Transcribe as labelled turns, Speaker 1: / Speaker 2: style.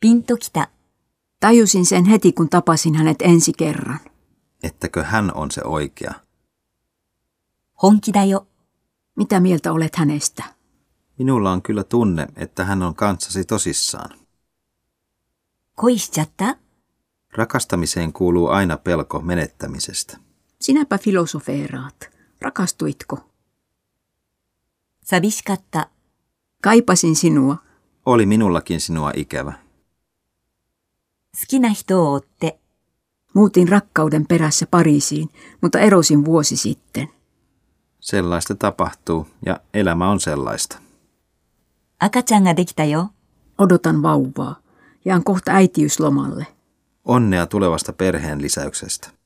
Speaker 1: Pinto kita.
Speaker 2: Tajusin sen heti, kun tapasin hänet ensi kerran.
Speaker 3: Ettäkö hän on se oikea?
Speaker 1: 本気だよ。
Speaker 2: Mitä mieltä olet hänestä?
Speaker 3: Minulla on kyllä tunne, että hän on kanssasi tosissaan.
Speaker 1: 恋しちゃった
Speaker 3: Rakastamiseen kuuluu aina pelko menettämisestä.
Speaker 2: Sinäpä filosofeeraat. Rakastuitko?
Speaker 1: 寂しかった。
Speaker 2: Kaipasin sinua.
Speaker 3: Oli minullakin sinua ikävä.
Speaker 1: 好きな人を追って。
Speaker 2: Muutin rakkauden perässä Pariisiin, mutta erosin vuosi sitten.
Speaker 3: Sellaista tapahtuu ja elämä on sellaista.
Speaker 1: 赤ちゃんができたよ。
Speaker 2: Odotan vauvaa. Jään kohta äitiyslomalle.
Speaker 3: Onnea tulevasta perheen lisäyksestä.